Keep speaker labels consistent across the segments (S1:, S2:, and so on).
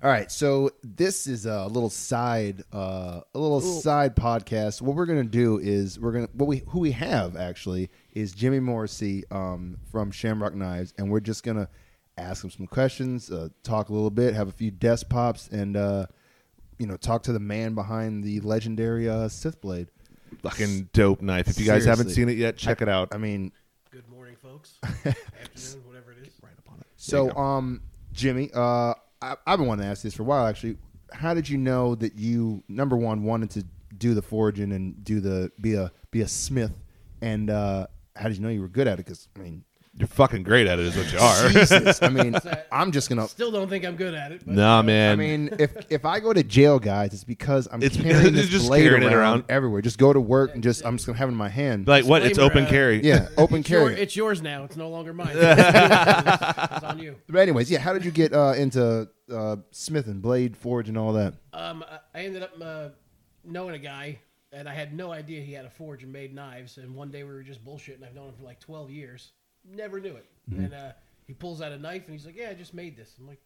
S1: All right, so this is a little side, uh, a little side podcast. What we're gonna do is we're gonna what we who we have actually is Jimmy Morrissey um, from Shamrock Knives, and we're just gonna ask him some questions, uh, talk a little bit, have a few desk pops, and uh, you know talk to the man behind the legendary uh, Sith Blade.
S2: Fucking dope knife. If you guys haven't
S1: Seriously.
S2: seen it yet, check it out.
S1: I mean,
S3: Good morning, folks. Afternoon, whatever it is. Right upon it.
S1: So, um, Jimmy, uh, I, I've been wanting to ask this for a while, actually. How did you know that you number one wanted to do the forging and do the be a be a smith, and uh, how did you know you were good at it? Because I mean,
S2: You're fucking great at it, is what you are.
S1: Jesus, I mean, I'm just gonna.
S3: Still don't think I'm good at it. But
S2: nah, man.
S1: I mean, if if I go to jail, guys, it's because I'm
S2: It's-
S1: carrying this
S2: just
S1: blade
S2: carrying it
S1: around,
S2: around.
S1: everywhere. Just go to work and just I'm just gonna have it in my hand.
S2: like what? It's
S3: disclaimer,
S2: open
S3: uh,
S2: carry.
S1: yeah, open
S3: it's, your,
S1: carry.
S3: it's yours now. It's no longer mine. it's on you.
S1: but anyways, yeah. How did you get uh, into uh, smith and blade forge and all that?
S3: Um, I- I ended up uh, knowing a guy, and I had no idea he had a forge and made knives. And one day we were just bullshitting. I've known him for like 12 years. Never knew it. And uh, he pulls out a knife, and he's like, "Yeah, I just made this." I'm like,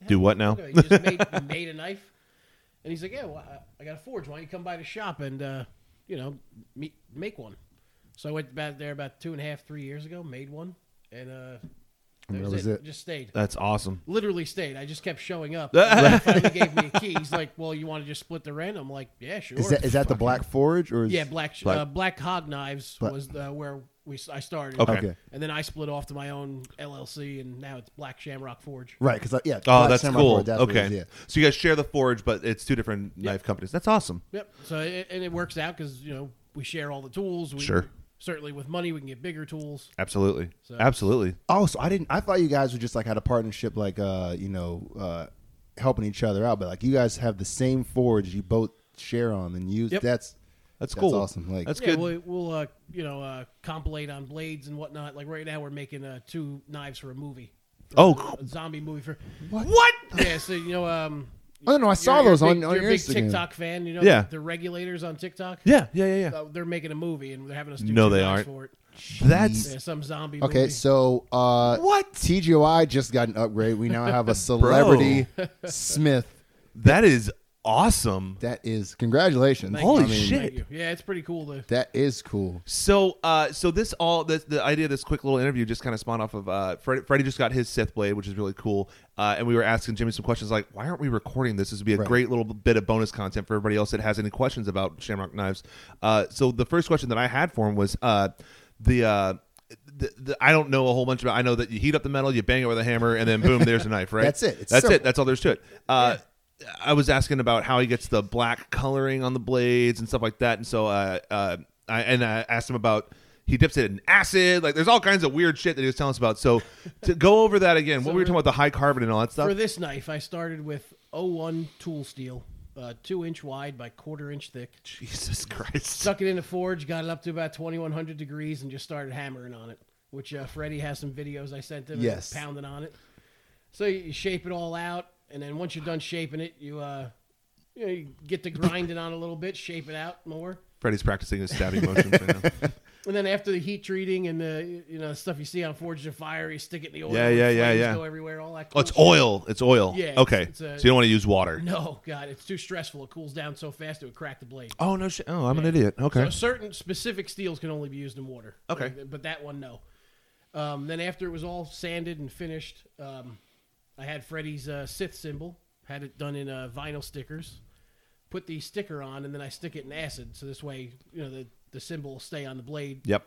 S3: "The
S2: Do
S3: hell
S2: what
S3: you
S2: now?"
S3: doing?" He just made, he made a knife, and he's like, "Yeah, well, I, I got a forge. Why don't you come by the shop and uh, you know me, make one?" So I went back there about two and a half, three years ago, made one, and uh, that,
S1: that
S3: was,
S1: was
S3: it.
S1: it.
S3: Just stayed
S2: That's awesome.
S3: literally stayed. I just kept showing up. And he finally gave me a key. He's like, "Well, you want to just split the rent?" I'm like, "Yeah, sure."
S1: Is that is that the Black Forge or is
S3: yeah, black
S2: Black-
S3: black, uh, black hog knives
S1: Black-
S3: was uh, where we s- I started.
S2: Okay.
S1: Okay.
S3: And then I split off to my own LLC, and now it's Black Shamrock Forge.
S1: Right, because yeah.
S2: Oh,
S1: Black
S2: that's
S1: Samurai
S2: cool.
S1: Forge, that's what it
S2: okay.
S1: is, yeah.
S2: So you guys share the forge, but it's two different knife companies. That's awesome.
S3: Yep. So it, and it works out because you know we share all the tools. We,
S2: Sure.
S3: Certainly, with money, we can get bigger tools.
S2: Absolutely.
S3: So-
S2: Absolutely.
S1: Oh, so I didn't. I thought you guys were just like had a partnership, like uh, you know, uh, helping each other out. But like you guys have the same forge you both share on and use.
S3: Yep.
S1: That's
S2: That's cool.
S1: awesome. Like
S2: That's
S3: yeah,
S2: good.
S3: we'll, we'll uh, you know uh, compilate on blades and whatnot. Like right now, we're making uh, two knives for a movie,
S2: oh,
S3: a
S2: cool.
S3: zombie movie for.
S1: what?
S3: Yeah. So you know um.
S1: I don't know. Oh, I saw
S3: You're- you're
S1: those
S3: a
S1: on,
S3: big,
S1: on
S3: you're
S1: your
S3: a big
S1: Instagram.
S3: TikTok fan. You know,
S2: Yeah.
S3: the, the regulators on TikTok.
S2: yeah, yeah, yeah, yeah.
S3: Uh, they're making a movie and they're having us do
S2: No,
S3: two
S2: they
S3: guys
S2: aren't.
S3: for it.
S2: That's
S3: Yeah, some zombie.
S1: Okay,
S3: movie.
S1: so uh,
S2: What?
S1: TGOI just got an upgrade. We now have a celebrity Smith.
S2: that is awesome.
S1: That is congratulations.
S3: Thank
S2: Holy
S3: you.
S2: shit.
S3: Thank you. Yeah, it's pretty cool. To,
S1: That is cool.
S2: So, uh, so this all this, the idea of this quick little interview just kind of spawned off of uh, Fred, Freddie just got his Sith blade, which is really cool. Uh, and we were asking Jimmy some questions like, why aren't we recording this? This would be a
S1: Right.
S2: great little bit of bonus content for everybody else that has any questions about Shamrock Knives. Uh, so the first question that I had for him was uh, the. Uh, the, the, I don't know a whole bunch about. I know that you heat up the metal, you bang it with a hammer, and then boom, there's a knife. Right.
S1: That's it. It's
S2: That's
S1: simple.
S2: it. That's all there's to it. Uh, I was asking about how he gets the black coloring on the blades and stuff like that, and so uh, uh, I and I asked him about he dips it in acid. Like, there's all kinds of weird shit that he was telling us about. So to go over that again, what we were talking about the high carbon and all that
S3: for
S2: stuff.
S3: this knife, I started with 01 tool steel, uh, two inch wide by quarter inch thick.
S2: Jesus Christ!
S3: Stuck it in the forge, got it up to about 2100 degrees, and just started hammering on it. Which uh, Freddie has some videos I sent him. and
S1: Yes.
S3: pounding on it. So you you shape it all out, and then once you're done shaping it, you uh, you, know, you get to grinding on a little bit, shape it out more.
S2: Freddie's practicing his stabbing motions right now.
S3: And then after the heat treating and the you know stuff you see on Forged and Fire, you stick it in the oil.
S2: Yeah,
S3: the
S2: yeah, yeah,
S3: flames
S2: yeah.
S3: Go everywhere, all that.
S2: Oh,
S3: Cool
S2: it's
S3: shit.
S2: oil. It's oil.
S3: Yeah, it's-
S2: Okay.
S3: it's a-
S2: so you don't want to use water.
S3: No, God, it's too stressful. It cools down so fast it would crack the blade.
S2: Oh no shit! Oh, I'm an idiot. Okay.
S3: So certain specific steels can only be used in water.
S2: Okay.
S3: But- but that one no. Um, then after it was all sanded and finished, um, I had Freddy's uh, Sith symbol, had it done in uh, vinyl stickers, put the sticker on, and then I stick it in acid. So this way, you know, the the symbol will stay on the blade.
S2: yep.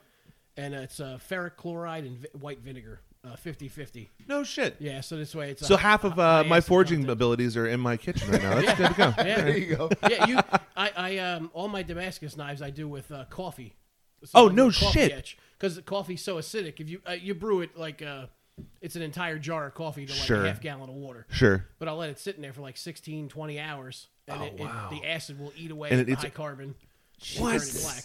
S3: and it's uh, ferric chloride and vi- white vinegar, uh, 50-50.
S2: No shit.
S3: Yeah, so this way it's
S2: So
S3: a-
S2: half of
S3: a
S2: uh,
S3: high
S2: my
S3: acid
S2: forging
S3: content.
S2: abilities are in my kitchen right now. That's good to go.
S3: Yeah, there you
S1: go.
S3: yeah, you. I, I um, all my Damascus knives I do with uh, coffee.
S2: Oh, no shit.
S3: Because coffee's so acidic. If you uh, you brew it like uh, it's an entire jar of coffee to like
S2: Sure.
S3: a half gallon of water.
S2: Sure.
S3: But I'll let it sit in there for like 16, 20 hours, and it, it- the acid will eat away
S2: Oh, And
S3: at
S2: it-
S3: the
S2: it's-
S3: high carbon. and
S2: What?
S3: turn it black.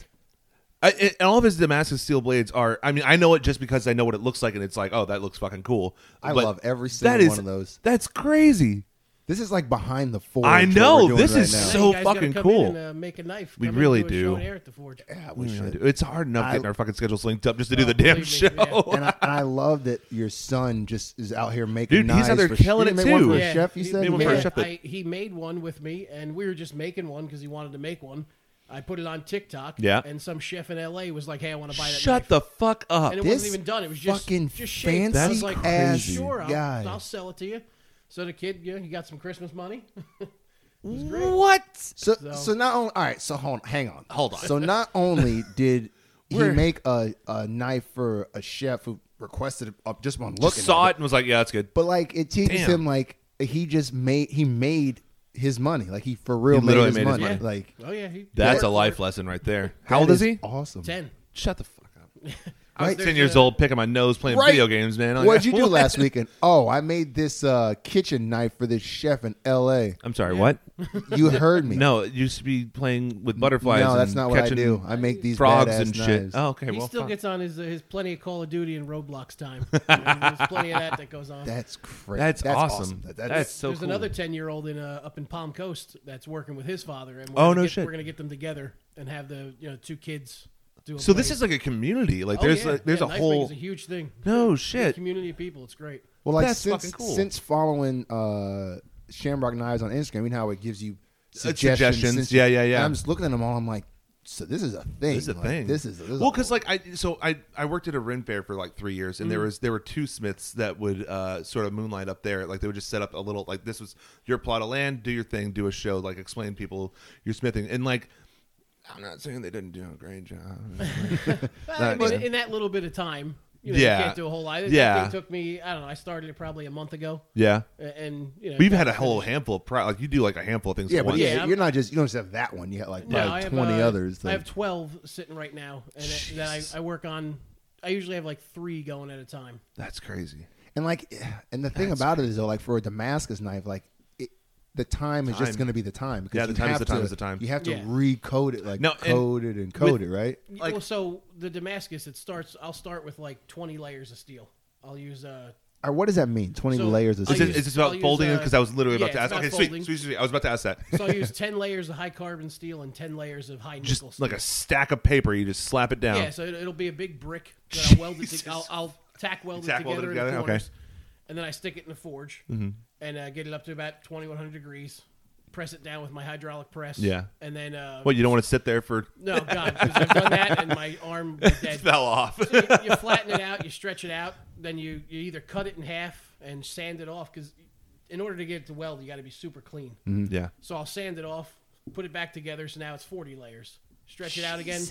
S2: I, and all of his Damascus steel blades are. I mean, I know it just because I know what it looks like, and it's like, oh, that looks fucking cool.
S1: I
S2: But
S1: love every
S2: that
S1: single
S2: is-
S1: one of those.
S2: That's crazy.
S1: This is like behind the forge.
S2: I
S1: what
S2: know,
S1: we're doing
S2: this
S1: right
S2: is
S1: now.
S3: Now
S2: so
S3: you guys gotta
S2: fucking
S3: come
S2: cool.
S3: in and, uh, make a knife.
S2: We
S3: Come in,
S2: really
S3: do. a show
S2: do.
S3: and air at the forge.
S1: Yeah, we should.
S2: Mm, It's hard enough
S1: I-
S2: getting our fucking schedules linked up just to do
S3: Oh,
S2: the damn
S3: believe
S2: show.
S3: me, yeah.
S1: and, I, and I love that your son just is out here making
S2: Dude, he's out
S1: knives
S2: there
S1: for-
S2: killing
S1: you
S2: it,
S1: made one
S2: too.
S1: for a
S2: Yeah,
S1: chef, you
S3: he
S1: said?
S2: made one
S1: You
S2: for a
S3: made-
S2: chef. that-
S3: I- he made one with me, and we were just making one because he wanted to make one. I put it on TikTok.
S2: Yeah.
S3: And some chef in LA was like, "Hey, I want to buy that."
S2: Shut
S3: knife.
S2: the fuck up.
S3: And it
S1: This
S3: wasn't even done. It was just
S1: fucking
S3: just shaped. I was
S1: fancy
S3: like,
S1: ass
S3: sure, I'll,
S1: guy.
S3: I'll sell it to you. So the kid, yeah, he got some Christmas money.
S2: What?
S1: So,
S3: So-
S1: so not only all right. So hold on, hang on,
S2: Hold on.
S1: So not only did he
S2: We're-
S1: make a, a knife for a chef who requested it up just on looking,
S2: Just saw
S1: at
S2: it and was like, yeah, that's good.
S1: but like it teaches
S2: Damn.
S1: him like he just made he made his money, like he for real made,
S2: literally
S1: his,
S2: made his
S1: money.
S2: money.
S1: Like
S3: oh yeah, he
S2: That's
S3: worked
S2: a
S3: for
S2: life
S3: it.
S2: lesson right there. How old
S1: that
S2: is he?
S1: Awesome.
S3: Ten.
S2: Shut the fuck up. I was
S1: Right.
S2: 10 years old, picking my nose, playing
S1: Right.
S2: video games, man. Like,
S1: What'd you do
S2: what?
S1: last weekend? Oh, I made this uh, kitchen knife for this chef in L.A.
S2: I'm sorry, what?
S1: You heard me.
S2: No, it used to be playing with butterflies.
S1: no, that's
S2: and
S1: not what I
S2: catching
S1: do. I make these
S2: Frogs
S1: badass
S2: and shit.
S1: knives.
S2: Oh, okay.
S3: he
S2: well,
S3: still
S2: fuck.
S3: gets on his uh, his plenty of Call of Duty and Roblox time. I mean, there's plenty of that that goes on.
S1: That's crazy.
S2: that's, awesome.
S1: That-
S2: That's, so
S3: There's
S2: cool.
S3: another ten year old in uh, up in Palm Coast that's working with his father, and we're
S2: Oh,
S3: gonna
S2: no
S3: get,
S2: shit.
S3: we're gonna get them together and have the you know two kids do. A
S2: so this
S3: blade.
S2: is like a community. Like
S3: Oh,
S2: there's
S3: yeah.
S2: a, there's
S3: Yeah,
S2: a
S3: knife making
S2: whole
S3: is a huge thing.
S2: no
S3: Big
S2: shit.
S3: community of people. It's great.
S1: Well, like
S2: That's
S1: since
S2: fucking cool.
S1: since following uh, Shamrock Knives on Instagram, you know how it gives you suggestions.
S2: Uh, suggestions.
S1: since-
S2: Yeah, yeah, yeah.
S1: and I'm just looking at them all. I'm like, so this is a thing.
S2: This is a
S1: Like,
S2: thing.
S1: This is this is
S2: well,
S1: a-
S2: because like I so I I worked at a Ren fair for like three years,
S3: Mm.
S2: and there was there were two smiths that would uh sort of moonlight up there. Like they would just set up a little like this was your plot of land, do your thing, do a show, like explain people your smithing, and like I'm not saying they didn't do a great job.
S3: I mean,
S2: yeah.
S3: in that little bit of time, you know,
S2: Yeah.
S3: you can't do a whole lot. It,
S2: Yeah.
S3: it took me. I don't know. I started it probably a month ago,
S2: yeah,
S3: a- and you know,
S2: we've
S3: got
S2: had a
S3: it
S2: whole
S3: finished.
S2: handful of pro- like you do like a handful of things.
S1: yeah,
S2: at
S1: but
S2: once.
S1: yeah,
S3: Yeah, I'm-
S1: you're not just you don't just have that one. You have like
S3: No, I
S1: probably
S3: have,
S1: 20
S3: uh,
S1: others.
S3: I
S1: that-
S3: have twelve sitting right now, and that, that I,
S2: Jesus.
S3: I work on. I usually have like three going at a time.
S2: that's crazy.
S1: and like, and the thing about it is though, like for a Damascus knife, like. it The time is just
S2: Time.
S1: going to be the time. because
S2: Yeah, the
S1: you
S2: time is
S1: have
S2: the time
S1: to-
S2: is the time.
S1: You have to
S3: Yeah.
S1: recode it, like
S2: No, and
S1: code it and code it, right?
S2: Like-
S3: well, so the Damascus, it starts. I'll start with like twenty layers of steel. I'll use uh,
S1: Or what does that mean? Twenty
S3: So-
S1: layers of
S3: I'll
S2: Is, it,
S3: use-
S2: is this
S3: I'll
S2: about
S3: use,
S2: folding?
S3: uh,
S2: Because I was literally
S3: yeah,
S2: about to ask.
S3: it's about
S2: Okay,
S3: folding.
S2: sweet, sweet, sweet. I was about to ask that.
S3: So I use ten layers of high carbon steel and ten layers of high
S2: Just
S3: nickel steel.
S2: like a stack of paper, you just slap it down.
S3: yeah, so it, it'll be a big brick that I'll weld it.
S2: Jesus.
S3: To, I'll, I'll tack weld it
S2: Tack weld
S3: together,
S2: it
S3: in
S2: together,
S3: the
S2: okay. Mm-hmm.
S3: corners, and then I stick it in the forge and uh, get it up to about twenty one hundred degrees. Press it down with my hydraulic press.
S2: Yeah.
S3: and then uh,
S2: Well, you don't want to sit there for
S3: no, God, 'cause I've done that and my arm was dead.
S2: fell off.
S3: you, you flatten it out, you stretch it out, then you, you either cut it in half and sand it off because in order to get it to weld, you got to be super clean.
S1: Mm-hmm.
S2: yeah.
S3: So I'll sand it off, put it back together, so now it's 40 layers. Stretch it out again,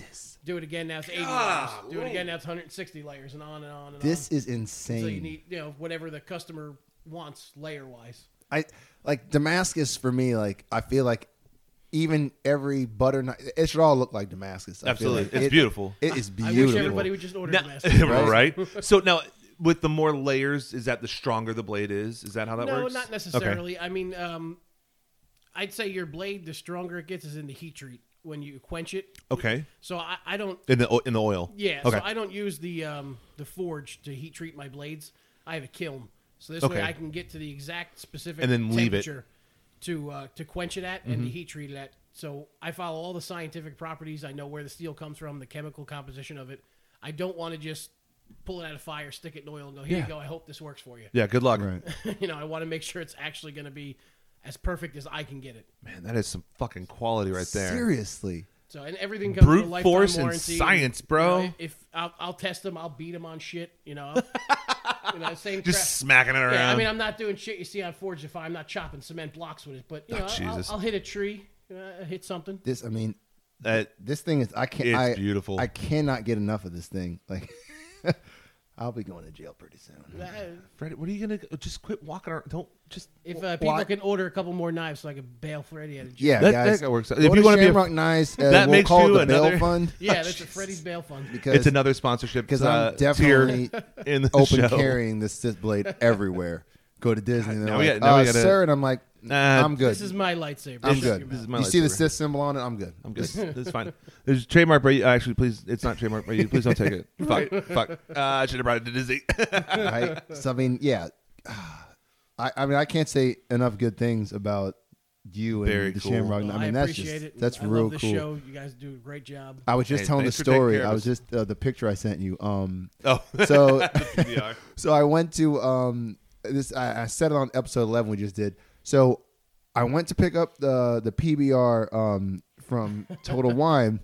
S3: do it again, now it's 80 layers. Do it again, now it's 160 layers, and on and on and
S1: This
S3: on.
S1: is insane.
S3: so um, you need, you know, whatever the customer wants layer wise.
S1: I like Damascus for me. Like I feel like even every butter knife, it should all look like Damascus. I feel
S2: Absolutely.
S1: like
S2: It's
S1: it-
S2: beautiful.
S1: It is
S3: I
S1: beautiful.
S3: wish everybody would just order
S2: Now,
S3: the master.
S2: right? so now, with the more layers, is that the stronger the blade is? Is that how that
S3: no,
S2: works?
S3: not necessarily. I mean, um, I'd say your blade, the stronger it gets, is in the heat treat when you quench it.
S1: Oh.
S2: Okay. okay.
S3: So I, I don't
S2: In the o- in the oil.
S3: Yeah,
S2: Okay.
S3: so I don't use the um, the forge to heat treat my blades. I have a kiln, so this
S2: Okay.
S3: way I can get to the exact specific
S2: And then leave it. Mm-hmm.
S3: temperature to uh, to quench it at and to heat treat it at. So I follow all the scientific properties. I know where the steel comes from, the chemical composition of it. I don't want to just pull it out of fire, stick it in oil, and go here
S2: Yeah.
S3: you go. I hope this works for you.
S2: yeah. Good luck.
S1: Right.
S3: you know, I want to make sure it's actually going to be as perfect as I can get it.
S2: Man, that is some fucking quality right there.
S1: Seriously,
S3: So and everything comes
S2: Brute
S3: with a lifetime
S2: force and
S3: warranty.
S2: science, bro.
S3: You know, if I'll, I'll test them, I'll beat them on shit. You know, you know, same.
S2: Just
S3: crap.
S2: smacking it around.
S3: Yeah, I mean, I'm not doing shit you see on Forge if I'm not chopping cement blocks with it, but you
S2: Oh,
S3: know, I'll,
S2: Jesus.
S3: I'll hit a tree, uh, hit something.
S1: this. I mean,
S2: That-
S1: this thing is. I can't.
S2: It's
S1: I,
S2: beautiful.
S1: I cannot get enough of this thing. Like, I'll be going to jail pretty soon.
S3: Uh,
S2: Fred, what are you gonna just quit walking around? Don't just.
S3: if uh, people
S1: Why-
S3: can order a couple more knives, so I can bail Freddy at a jail.
S1: Yeah,
S2: That-
S1: guys.
S2: that works out.
S1: Go
S2: If you
S1: to
S2: wanna be a-
S1: Shamrock Knives, uh,
S2: That
S1: we'll
S2: makes
S1: call
S2: you
S1: it the
S2: another-
S1: bail fund
S3: Yeah, that's a Freddy's bail fund.
S1: because
S2: It's another sponsorship.
S1: because
S2: uh,
S1: I'm definitely
S2: tier in the
S1: open
S2: show.
S1: carrying this Sith blade everywhere. Go to Disney, and they're
S2: now we
S1: like,
S2: got- now we
S1: uh,
S2: gotta-
S1: "Sir," and I'm like,
S2: Nah,
S1: "I'm good.
S3: This is my lightsaber.
S1: I'm
S3: Shut
S1: good.
S3: your
S2: This
S3: mouth.
S2: is my
S1: you see the
S2: lightsaber.
S1: Sith symbol on it? I'm good.
S2: I'm good. That's fine. There's trademark by you. Actually, please, it's not trademark by you. Please don't take it. Fuck, fuck. Uh, I should have brought it to Disney.
S1: right? So I mean, yeah, Ah, I, I mean, I can't say enough good things about you and
S2: Very
S1: the
S2: cool.
S1: Shamrock.
S3: Well,
S1: I mean, that's
S3: appreciate
S1: just
S3: it.
S1: that's
S3: I
S1: real
S3: love this
S1: cool.
S3: Show. You guys do a great job.
S1: I was just
S2: Hey,
S1: telling the
S2: thanks for taking care
S1: story.
S2: of
S1: I
S2: us.
S1: was just uh, the picture I sent you. Um,
S2: Oh,
S1: so
S2: PBR.
S1: so I went to um this. I, I said it on episode eleven we just did. So I went to pick up the the PBR um from Total Wine,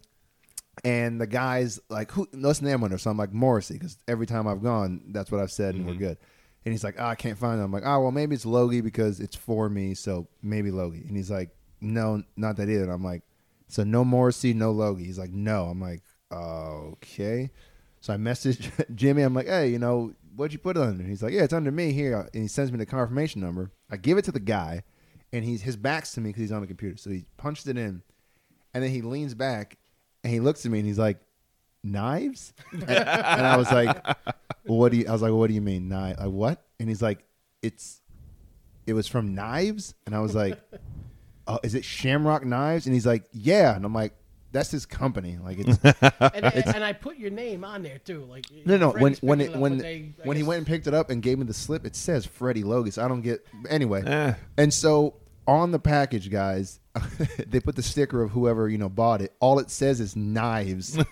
S1: and the guys like who let's name one or something like Morrissey because every time I've gone that's what I've said and we're good. And he's like, oh, I can't find it. I'm like, oh well, maybe it's Logie because it's for me, so maybe Logie. And he's like, no, not that either. And I'm like, so no Morrissey, no Logie. He's like, no. I'm like, okay. So I messaged Jimmy. I'm like, hey, you know, what'd you put it under? And he's like, yeah, it's under me here. And he sends me the confirmation number. I give it to the guy, and he's his back's to me because he's on the computer. So he punched it in, and then he leans back and he looks at me and he's like, knives? and I was like, what do you? I was like, what do you mean knife? Like what? And he's like, it's, it was from knives. And I was like, oh, is it Shamrock Knives? And he's like, yeah. And I'm like, that's his company. Like it's
S3: And, and I put your name on there too. Like
S1: No, no.
S3: Freddy's
S1: When
S3: picked
S1: when it, when
S3: up, but they- I
S1: when he
S3: guess-
S1: went and picked it up and gave me the slip, it says Freddie Logus. I don't get anyway.
S2: Eh.
S1: And so on the package, guys, they put the sticker of whoever you know bought it. All it says is knives and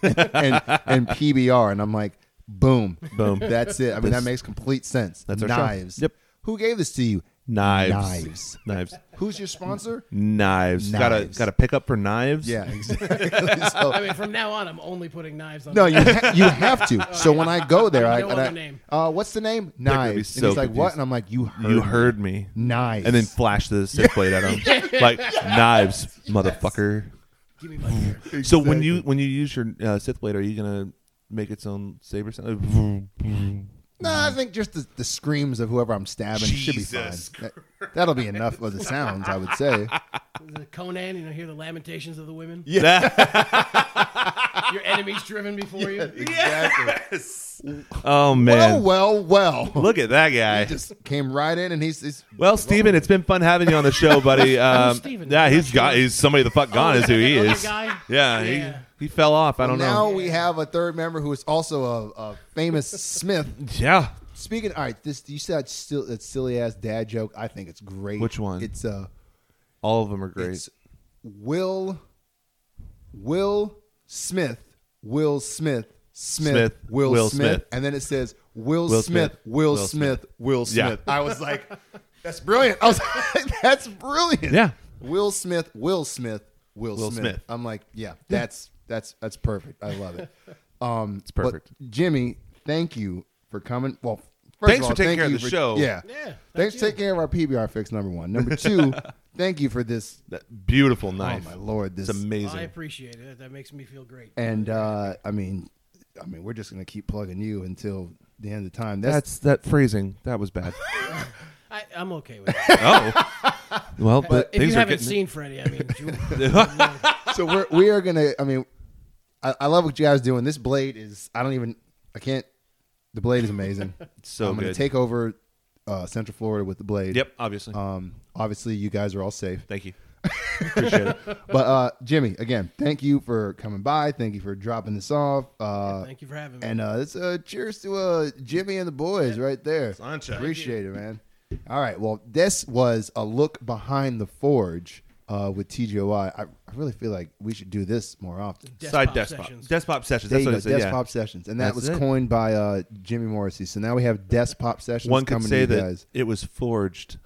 S1: and PBR, and I'm like, boom,
S2: Boom.
S1: That's it. I mean,
S2: That's-
S1: that makes complete sense.
S2: that's our show.
S1: knives.
S2: Yep.
S1: Who gave this to you?
S2: Knives.
S1: Knives.
S2: Knives.
S1: Who's your sponsor?
S2: Knives. Got a
S1: Knives.
S2: got a pickup for knives.
S1: yeah, exactly. So-
S3: I mean, from now on, I'm only putting knives on.
S1: No,
S3: there.
S1: you ha- you have
S3: Oh,
S1: to. So when I go there, I,
S3: No
S1: and
S3: other
S1: I-
S3: name.
S1: Uh, what's the name?
S2: gonna be
S1: Knives.
S2: so
S1: and he's like, what?
S2: confused.
S1: And I'm like, you heard.
S2: You
S1: me.
S2: heard me.
S1: Knives.
S2: And then flash the sick blade at him. Like knives, motherfucker.
S3: give me my beer.
S2: So when you when you use your uh, Sith blade, are you gonna make its own saber sound?
S1: no, I think just the, the screams of whoever I'm stabbing should be fine.
S2: Jesus
S1: That, that'll be enough of the sounds, I would say.
S3: The Conan, you know, hear the lamentations of the women.
S2: Yeah.
S3: Your enemies driven before you.
S1: Exactly.
S2: oh
S1: Well,
S2: man,
S1: well, well.
S2: look at that guy.
S1: Just came right in, and he's, he's
S2: Well, Steven, it's been fun having you on the show, buddy. Um,
S3: Steven?
S2: yeah,
S3: I'm
S2: he's
S3: not
S2: got
S3: sure.
S2: he's somebody the fuck gone is who he
S3: Other
S2: is.
S3: guy?
S2: Yeah,
S3: Yeah.
S2: He, he fell off. I don't
S1: now
S2: know.
S1: we have a third member who is also a, a famous Smith.
S2: Yeah,
S1: Speaking, all right, this you said still that silly ass dad joke. I think it's great.
S2: Which one?
S1: It's uh
S2: all of them are great.
S1: It's Will Will Smith Will Smith Smith,
S2: Smith,
S1: Will,
S2: Will
S1: Smith,
S2: Smith.
S1: and then it says Will,
S2: Will
S1: Smith,
S2: Smith,
S1: Will
S2: Will
S1: Smith,
S2: Smith.
S1: Will
S2: Yeah.
S1: Smith. I was like, that's brilliant. I was like, that's brilliant.
S2: Yeah.
S1: Will Smith, Will Smith, Will,
S2: Will
S1: Smith.
S2: Smith.
S1: I'm like, yeah, that's that's that's perfect. I love it. Um, it's
S2: perfect.
S1: Jimmy, thank you for coming. Well, first
S2: Thanks
S1: of all,
S2: for taking
S1: thank
S2: care of
S1: you
S2: the
S1: for-
S2: show.
S1: Yeah,
S3: Yeah,
S1: Thanks
S3: thank
S1: for
S3: you.
S1: taking care of our PBR fix. Number one. Number two. thank you for this
S2: That beautiful knife.
S1: Oh my lord, this
S2: It's amazing.
S3: I appreciate it. That makes me feel great.
S1: And uh, I mean, I mean, we're just gonna keep plugging you until the end of time. That's,
S2: That's that phrasing. That was bad.
S3: I, I'm okay with it.
S2: oh, well, but
S3: if
S2: things
S3: you
S2: are
S3: haven't
S2: getting.
S3: seen Freddy, I mean, you-
S1: so we're we are gonna. I mean, I, I love what you guys are doing. This blade is. I don't even. I can't. The blade is amazing.
S2: So
S1: I'm gonna
S2: good.
S1: take over uh, Central Florida with the blade.
S2: yep, obviously.
S3: Uh,
S1: Um. Obviously, you guys are all safe.
S2: Thank you. Appreciate it.
S1: But uh, Jimmy, again, thank you for coming by. Thank you for dropping this off. Uh,
S3: thank you for having me.
S1: and uh, it's uh, cheers to uh, Jimmy and the boys right there.
S2: Sancha.
S1: Appreciate it, man. All right. Well, this was a look behind the forge uh, with TGOI. I, I really feel like we should do this more often.
S3: Desk
S2: Side
S3: Pop
S2: desk pop.
S3: Sessions.
S2: Desk pop sessions.
S1: There
S2: That's
S1: you
S2: what
S1: go,
S2: I said.
S1: Desk
S2: Yeah.
S1: Pop Sessions, and that was
S2: That's it.
S1: coined by uh, Jimmy Morrissey. So now we have Desk Pop Sessions
S2: One could
S1: coming
S2: say
S1: to you
S2: that
S1: guys.
S2: it was forged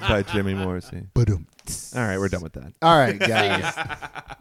S2: by Jimmy Morrissey.
S1: Ba-dum.
S2: All right, we're done with that.
S1: All right, guys.